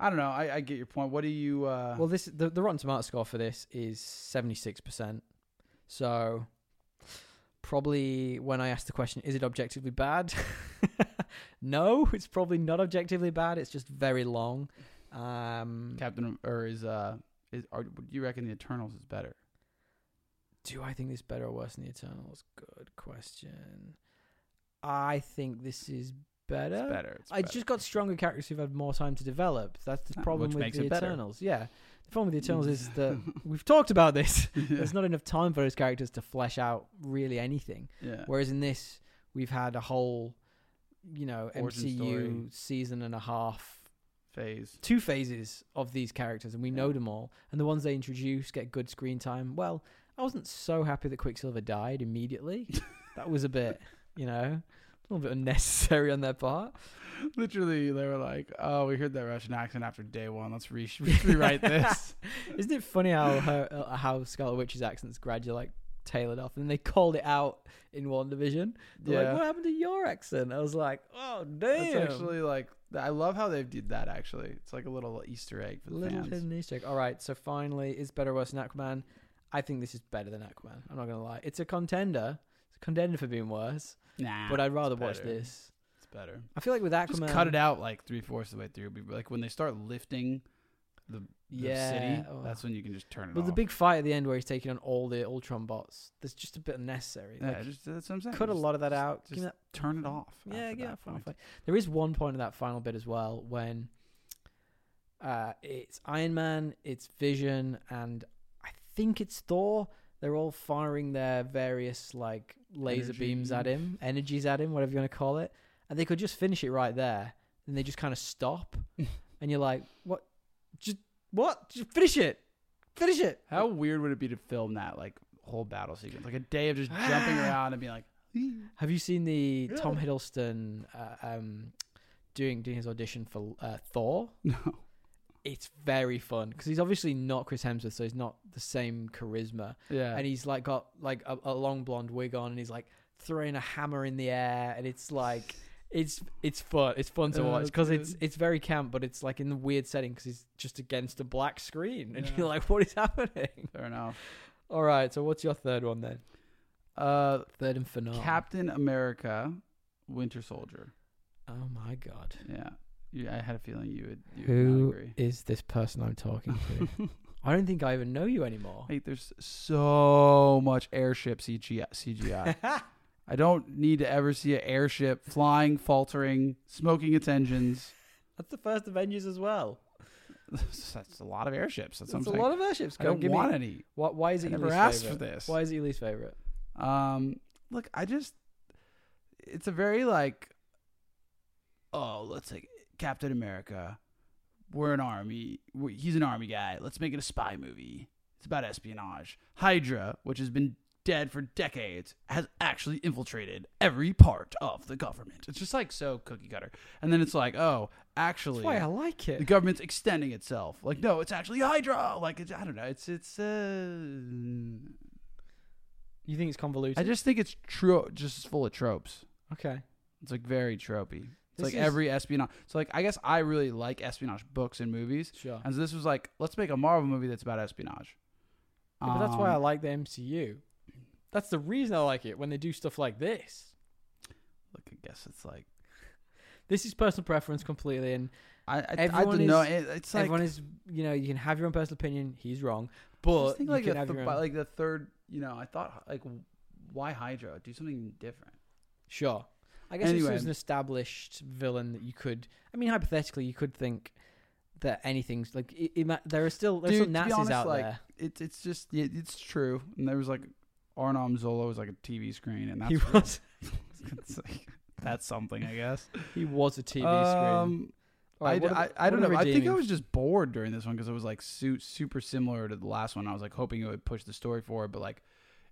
I don't know. I, I get your point. What do you? Uh,
Well, this the, the Rotten Tomato score for this is 76%. So probably when I asked the question, is it objectively bad? no, it's probably not objectively bad. It's just very long. Um,
Captain or is uh is are, do you reckon the Eternals is better?
Do I think this better or worse than the Eternals? Good question. I think this is better.
It's better. It's
I
better.
just got stronger characters who've had more time to develop. That's the
Ah,
problem
which
with
makes
the
it better.
Eternals. Yeah, the problem with the Eternals is that we've talked about this. There's not enough time for those characters to flesh out really anything.
yeah.
Whereas in this, we've had a whole, you know,
Origin
MCU
story.
season and a half,
phase.
two phases of these characters, and we know
Yeah.
them all. And the ones they introduce get good screen time. Well, I wasn't so happy that Quicksilver died immediately. that was a bit, you know, a little bit unnecessary on their part.
Literally, they were like, "Oh, we heard that Russian accent after day one. Let's re- rewrite this."
Isn't it funny how her, uh, how Scarlet Witch's accent's gradually like tailored off, and they called it out in one division. They're
Yeah.
like, "What happened to your accent?" I was like, "Oh
It's
damn!"
actually like I love how they did that. Actually, it's like a little Easter egg for the
little
fans.
hidden Easter egg. All right, so finally, is better or worse than Aquaman? I think this is better than Aquaman. I'm not gonna lie, it's a contender. It's a contender for being worse,
Nah,
but I'd rather watch
Ah, better.
this.
it's better.
I feel like with Aquaman,
Just cut it out like three fourths of the way through. But like when they start lifting the, the
Yeah,
city,
oh.
that's when you can just turn it
But
off.
the big fight at the end where he's taking on all the Ultron bots, that's just a bit unnecessary.
yeah,
Like,
just, that's what I'm saying.
cut a
Just
lot of that
just-
out. Give me
just
that
Turn it off.
Yeah,
after
yeah.
that
final
point.
fight. There is one point in that final bit as well when uh, it's Iron Man, it's Vision, and I think it's Thor. They're all firing their various like laser beams at
Energy.
him, energies at him, whatever you want to call it, and they could just finish it right there, and they just kind of stop, and you're like, what? Just what? Just finish it. Finish it.
How weird would it be to film that like whole battle sequence, like a day of just jumping around and being like,
Have you seen the
Yeah.
Tom Hiddleston uh, um, doing doing his audition for uh, Thor?
no,
it's very fun because he's obviously not Chris Hemsworth, so he's not the same charisma.
yeah,
And he's like got like a, a long blonde wig on, and he's like throwing a hammer in the air, and it's like it's it's fun. It's fun to
Yeah,
watch
that's
because it's
good.
it's very camp, but it's like in the weird setting because he's just against a black screen, and
Yeah.
you're like, what is happening?
fair enough.
All right, so what's your third one then?
Uh,
Third and finale.
Captain America, Winter Soldier.
Oh my god,
Yeah, you, I had a feeling you would. You
Who-
would not agree.
is this person I'm talking to? I don't think I even know you anymore.
Like, there's so much airship CGI. CGI. I don't need to ever see an airship flying, faltering, smoking its engines.
That's the first Avengers as well.
That's a lot of airships. That's,
That's a
what I'm saying.
lot of airships.
I don't
give me-
want any.
Why, why is
I
it your
never
least
asked
favorite?
for this.
Why is it your least favorite?
Um, look, I just it's a very like oh, let's like Captain America. We're an army. we he's an army guy. Let's make it a spy movie. It's about espionage. Hydra, which has been dead for decades, has actually infiltrated every part of the government. It's just like so cookie cutter. And then it's like, oh, actually,
That's why I like
the
it.
government's extending itself. Like, no, it's actually Hydra. Like, it's, I don't know. It's it's uh,
You think it's convoluted?
I just think it's true, just full of tropes.
okay.
It's like very tropey. It's like
This is-
every espionage. So like I guess I really like espionage books and movies,
Sure.
and so this was like let's make a Marvel movie that's about espionage.
Yeah, but that's why I
Um,
like the MCU. That's the reason I like it when they do stuff like this.
Look, I guess it's like
This is personal preference completely, and
I I, I
Everyone
don't know.
is-
It, it's like
everyone is, you know, you can have your own personal opinion. He's wrong,
I
but
just think
you
like
can
the
have
th-
your own.
but, like the third. You know, I thought like why Hydra? Do something different.
Sure. I guess if
Anyway.
it was an established villain that you could. I mean, hypothetically, you could think that anything's like i ima- there are still there's
Dude,
still
to be
Nazis
honest,
out
like,
there.
It's it's just it, it's true. And there was like Arnom Zola was like a TV screen, and that's
He
real.
was
It's like- that's something I guess.
he was a TV screen.
Um,
All right,
I,
what
I,
ab-
I don't
what are
know. I think I
redeeming-
was just bored during this one because it was like su- super similar to the last one. I was like hoping it would push the story forward, but like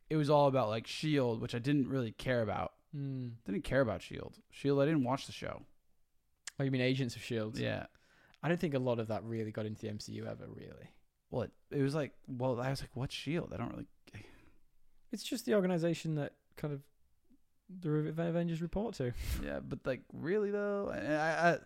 it was all about like Shield, which I didn't really care about.
Hmm.
Didn't care about Shield. Shield. I E didn't watch the show.
Oh, you mean Agents of Shield?
Yeah.
I don't think a lot of that really got into the MCU ever. Really,
Well, it, it was like well, I was like, what's Shield? I don't really.
it's just the organization that kind of the Re- Avengers report to.
Yeah, but like really though. I, I, I,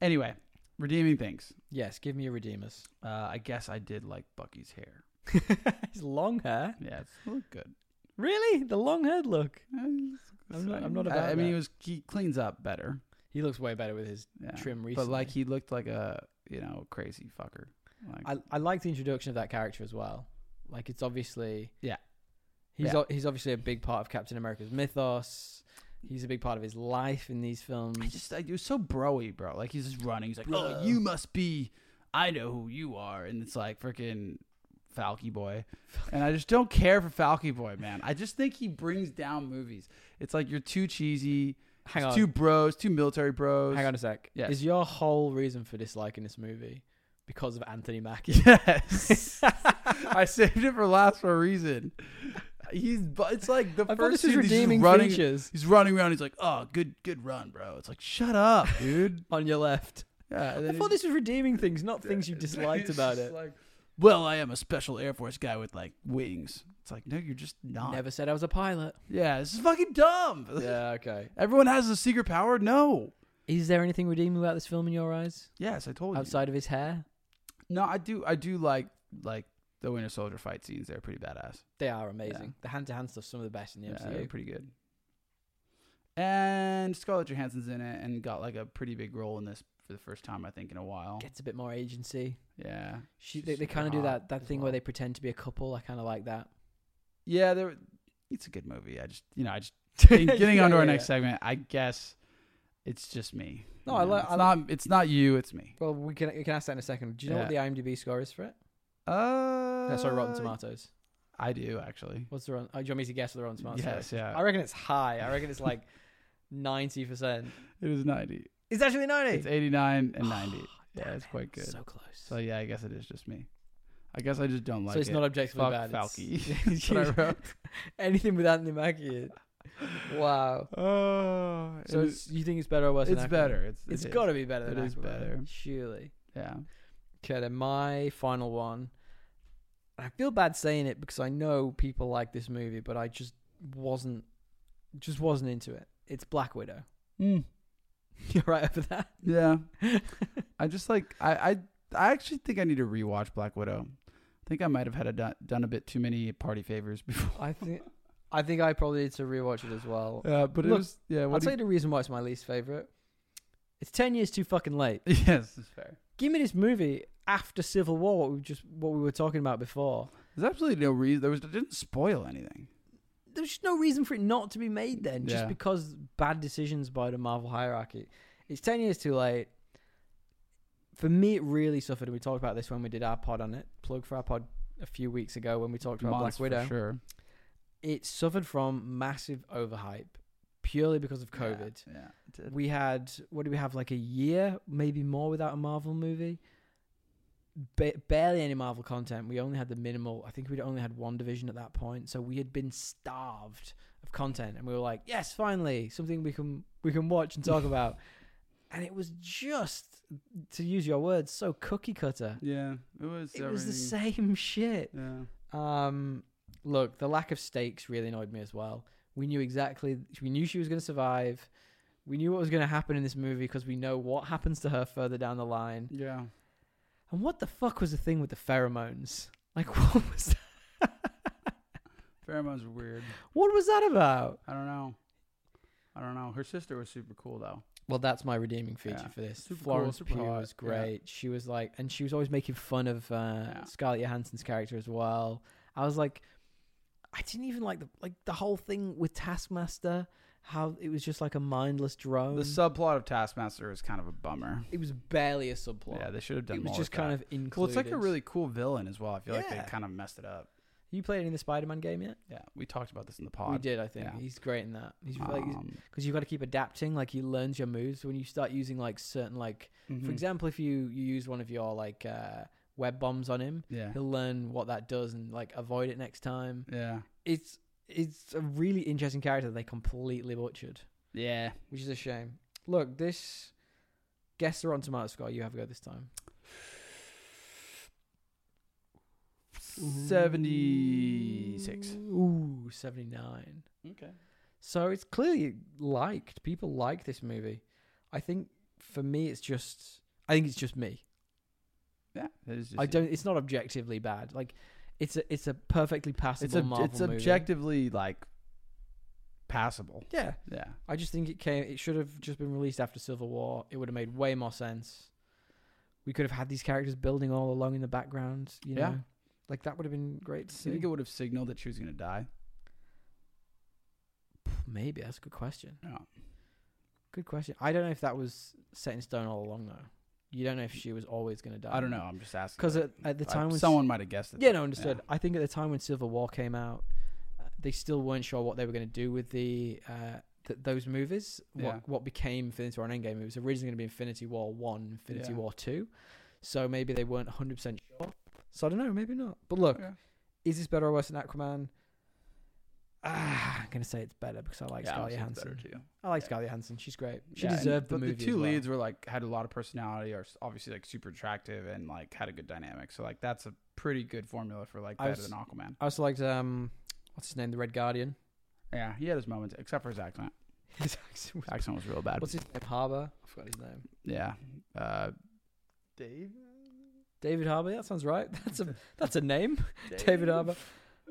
anyway, redeeming things.
Yes, give me your redeemers.
Uh, I guess I did like Bucky's hair.
His long hair,
Yeah, it's it looked good.
really? The long haired look.
I'm
not- I'm not
I,
about
I mean,
that.
he was he cleans up better.
He looks way better with his
Yeah.
trim recently.
But like he looked like a you know crazy fucker. Like,
I, I like the introduction of that character as well. Like it's obviously
Yeah.
He's
Yeah.
o- he's obviously a big part of Captain America's mythos. He's a big part of his life in these films.
I just I, it was so broy, bro. Like he's just running. He's like,
Bro.
oh, you must be. I know who you are, and it's like freaking Falky Boy. And I just don't care for Falky Boy, man. I just think he brings down movies. It's like you're too cheesy.
hang
it's
on,
Two bros, two military bros.
hang on a sec.
Yes.
Is your whole reason for disliking this movie because of Anthony Mackie?
Yes. I saved it for last for a reason. He's but it's like the
I thought
first
this was
scene, he's just
redeeming
running.
features
He's running around. He's like, "Oh, good, good run, bro." It's like, "Shut up, dude."
on your left.
Yeah, and
I
then
thought
he's-
this was redeeming things, not things you disliked
It's
about
just
it.
like, well, I am a special Air Force guy with like wings. It's like, no, you're just not.
Never said I was a pilot.
Yeah, this is fucking dumb.
yeah, okay.
Everyone has a secret power. No.
Is there anything redeeming about this film in your eyes?
Yes, I told
Outside of his hair?
you. No, I do. I do like like the Winter Soldier fight scenes. They're pretty badass.
They are amazing. The hand to hand stuff's some of the best in the
Yeah,
MCU.
they're pretty good. And Scarlett Johansson's in it and got like a pretty big role in this for the first time I think in a while.
Gets a bit more agency.
Yeah.
She,
She's
they they
super
kind of do that,
hot
that
as
thing
well.
where they pretend to be a couple. I kind of like that.
Yeah, there it's a good movie. I just you know, I just getting, getting
Yeah,
on to our
yeah,
next
yeah.
segment, I guess it's just me.
No,
You
I
know,
like-
it's
I
not it's not you, it's me.
Well, we can we can ask that in a second. Do you know
Yeah.
what the IMDb score is for it?
Uh
No, sorry, Rotten Tomatoes.
I do actually.
What's the Rotten? Oh, do you want me to guess what the Rotten Tomatoes?
Yes,
score is?
yeah.
I reckon it's high. I reckon it's like ninety percent.
It is ninety.
It's actually ninety.
It's eighty nine and ninety. yeah,
Ah, damn
it's quite good.
So
So,
close.
yeah, I guess it is just me. I guess I just don't like
so it's
it.
not objectively
Fuck
bad. it's-
Falky.
it's
That's what I wrote.
anything with Anthony Mackie. in. Wow.
Oh,
So it's, you think it's better or worse? than
it's
Aquaman?
better. It's
It's
it is.
got to be better than
It is
Aquaman,
better.
Surely.
Yeah.
Okay, then my final one. I feel bad saying it because I know people like this movie, but I just wasn't, just wasn't into it. It's Black Widow. Hmm. You're right over that.
Yeah. I just like I, I I actually think I need to rewatch Black Widow. I think I might have had a done, done a bit too many party favors before.
I think, I think I probably need to rewatch it as well.
Uh, but
Look,
it was yeah.
I'll
What
tell
do
you the reason why it's my least favorite. It's ten years too fucking late.
you, yes, it's fair.
Give me this movie after Civil War. What we just what we were talking about before.
There's absolutely no reason. There was it didn't spoil anything.
there's just no reason for it not to be made then, just
Yeah.
because bad decisions by the Marvel hierarchy. It's 10 years too late. For me, it really suffered. and We talked about this when we did our pod on it, plug for our pod a few weeks ago when we talked about
Months
Black Widow.
for sure.
It suffered from massive overhype purely because of COVID.
Yeah. yeah, it did.
We had, what do we have, like a year, maybe more without a Marvel movie? Ba- barely any Marvel content. We only had the minimal. I think we'd only had one division at that point, so we had been starved of content, and we were like, "Yes, finally, something we can we can watch and talk about." and it was just, to use your words, so cookie cutter.
yeah. It was.
It was the
everything.
same shit.
Yeah.
Um, look, the lack of stakes really annoyed me as well. We knew exactly. We knew she was going to survive. We knew what was going to happen in this movie because we know what happens to her further down the line.
Yeah.
And what the fuck was the thing with the pheromones? Like, what was that?
Pheromones were weird.
What was that about?
I don't know. I don't know. Her sister was super cool though.
Well, that's my redeeming feature
Yeah.
for this.
Super cool,
Florence
super
Pugh
hot,
was
yeah.
great. She was like, and she was always making fun of uh,
Yeah.
Scarlett Johansson's character as well. I was like, I didn't even like the like the whole thing with Taskmaster. How it was just like a mindless drone.
The subplot of Taskmaster is kind of a bummer.
it was barely a subplot.
Yeah, they should have done
it
more.
was just
with
kind
that.
of included.
Well, it's like a really cool villain as well. I feel like
Yeah.
they kind of messed it up.
You played any of the Spider-Man game yet?
Yeah, we talked about this in the
We
pod.
did, I think.
Yeah.
He's great in that. He's like
Um,
because you've got to keep adapting. Like he learns your moves when you start using like certain like
mhm.
for example, if you you use one of your like uh, web bombs on him,
Yeah.
he'll learn what that does and like avoid it next time.
Yeah.
It's it's a really interesting character they completely butchered,
Yeah.
which is a shame. Look, this guess the Rotten Tomato score. You have a go this time.
76.
Ooh, seventy nine.
Okay.
So it's clearly liked. People like this movie. I think for me, it's just. I think it's just me.
Yeah. That is just
I don't. It's not objectively bad. Like, it's a it's a perfectly passable
It's, ob-
Marvel
it's
movie.
objectively like passable.
Yeah,
Yeah.
I just think it came. It should have just been released after Civil War. It would have made way more sense. We could have had these characters building all along in the background. You know,
Yeah.
like that would have been great. To
I
see.
think it would have signaled that she was going to die.
Maybe that's a good question.
Yeah.
Good question. I don't know if that was set in stone all along though. You don't know if she was always going to die.
I don't know. I'm just asking.
Because at, at the
I-
time when
someone might have guessed it.
Yeah, no, understood. I think at the time when Civil War came out, uh, they still weren't sure what they were going to do with the uh, th- those movies. What
Yeah.
what became Infinity War and Endgame? It was originally going to be Infinity War One, Infinity
Yeah.
War Two. So maybe they weren't 100 percent sure. So I don't know. Maybe not. But look,
Okay.
is this better or worse than Aquaman? Ah, I'm gonna say it's better because I like
Yeah, I would
Scarlett
say it's better
Johansson.
too.
I like
Yeah.
Scarlett Johansson. She's great. She
Yeah, and-
deserved the
but
movie.
The two
as well.
leads were like had a lot of personality, are s- obviously like super attractive and like had a good dynamic. So like that's a pretty good formula for like
I
better
was-
than Aquaman.
I also liked um, what's his name? The Red Guardian.
Yeah, he had his moments, except for his accent.
His accent
His accent was real bad.
What's his name? Harbour. I forgot his name.
yeah, uh, Dave.
David Harbour. That sounds right. That's a that's a name. David Harbour.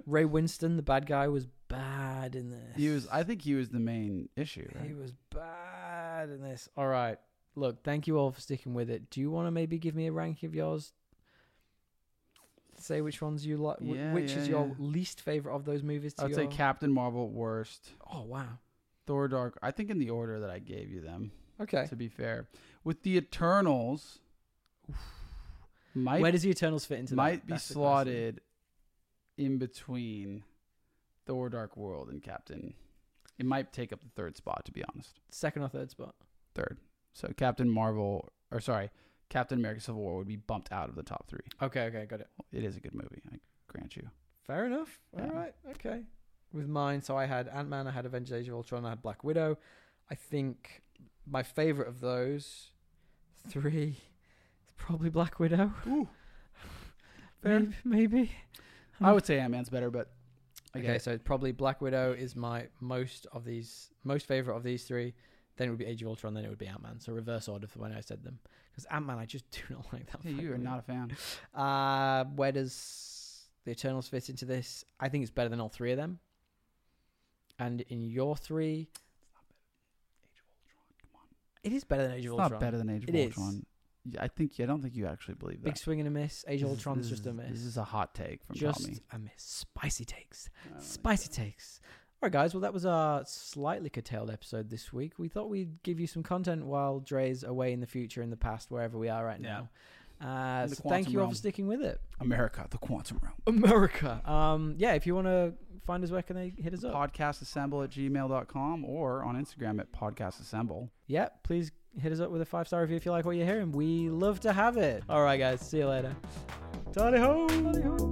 Ray Winston, the bad guy, was bad in this.
He was. I think he was the main issue.
he
Right?
was bad in this. All right. Look, thank you all for sticking with it. Do you want to maybe give me a ranking of yours? Say which ones you like.
Yeah,
which is
yeah,
your
yeah.
least favorite of those movies? To
I would
your...
say Captain Marvel worst,
Oh wow.
Thor Dark. I think in the order that I gave you them.
Okay.
To be fair, with the Eternals, might
Where does the Eternals fit into that?
might be
That's the question.
slotted in between Thor Dark World and Captain. It might take up the third spot, to be honest.
Second or third spot.
Third. So Captain Marvel, or sorry, Captain America Civil War would be bumped out of the top three. Oh,
Okay. Okay. Got it.
It is a good movie, I grant you.
Fair enough. All
Yeah.
right. Okay. With mine, so I had Ant Man, I had Avengers Age of Ultron, I had Black Widow. I think my favorite of those three is probably Black Widow.
Ooh. Fair.
Maybe. maybe.
I would say Ant Man's better, but I
Okay,
guess
so probably Black Widow is my most of these, most favorite of these three. Then it would be Age of Ultron, then it would be Ant Man. So reverse order for when I said them. Because Ant Man, I just do not like that.
yeah, you are
fucking
not a fan.
Uh, where does the Eternals fit into this? I think it's better than all three of them. And in your three, it is better than Age of
It's
Ultron.
not better than Age of
It is.
Ultron. Yeah, I think I don't think you actually believe that.
Big swing and a miss. Age of
This is-
Ultron's
this
just a
is- This
miss.
is a hot take from
Just
Tommy.
a miss. Spicy takes.
I don't think
Spicy
so.
takes. All right, guys. Well, that was our slightly curtailed episode this week. We thought we'd give you some content while Dre's away in the future, in the past, wherever we are right
Yeah.
now. Uh,
In the
so thank
quantum
you all
realm.
for sticking with it.
America, the quantum realm.
America. Um, yeah, if you want to find us, where can they hit us up?
Podcastassemble at gmail.com or on Instagram at podcastassemble.
yeah, please hit us up with a five star review if you like what you're hearing. We love to have it. All right, guys. See you later. Tally ho!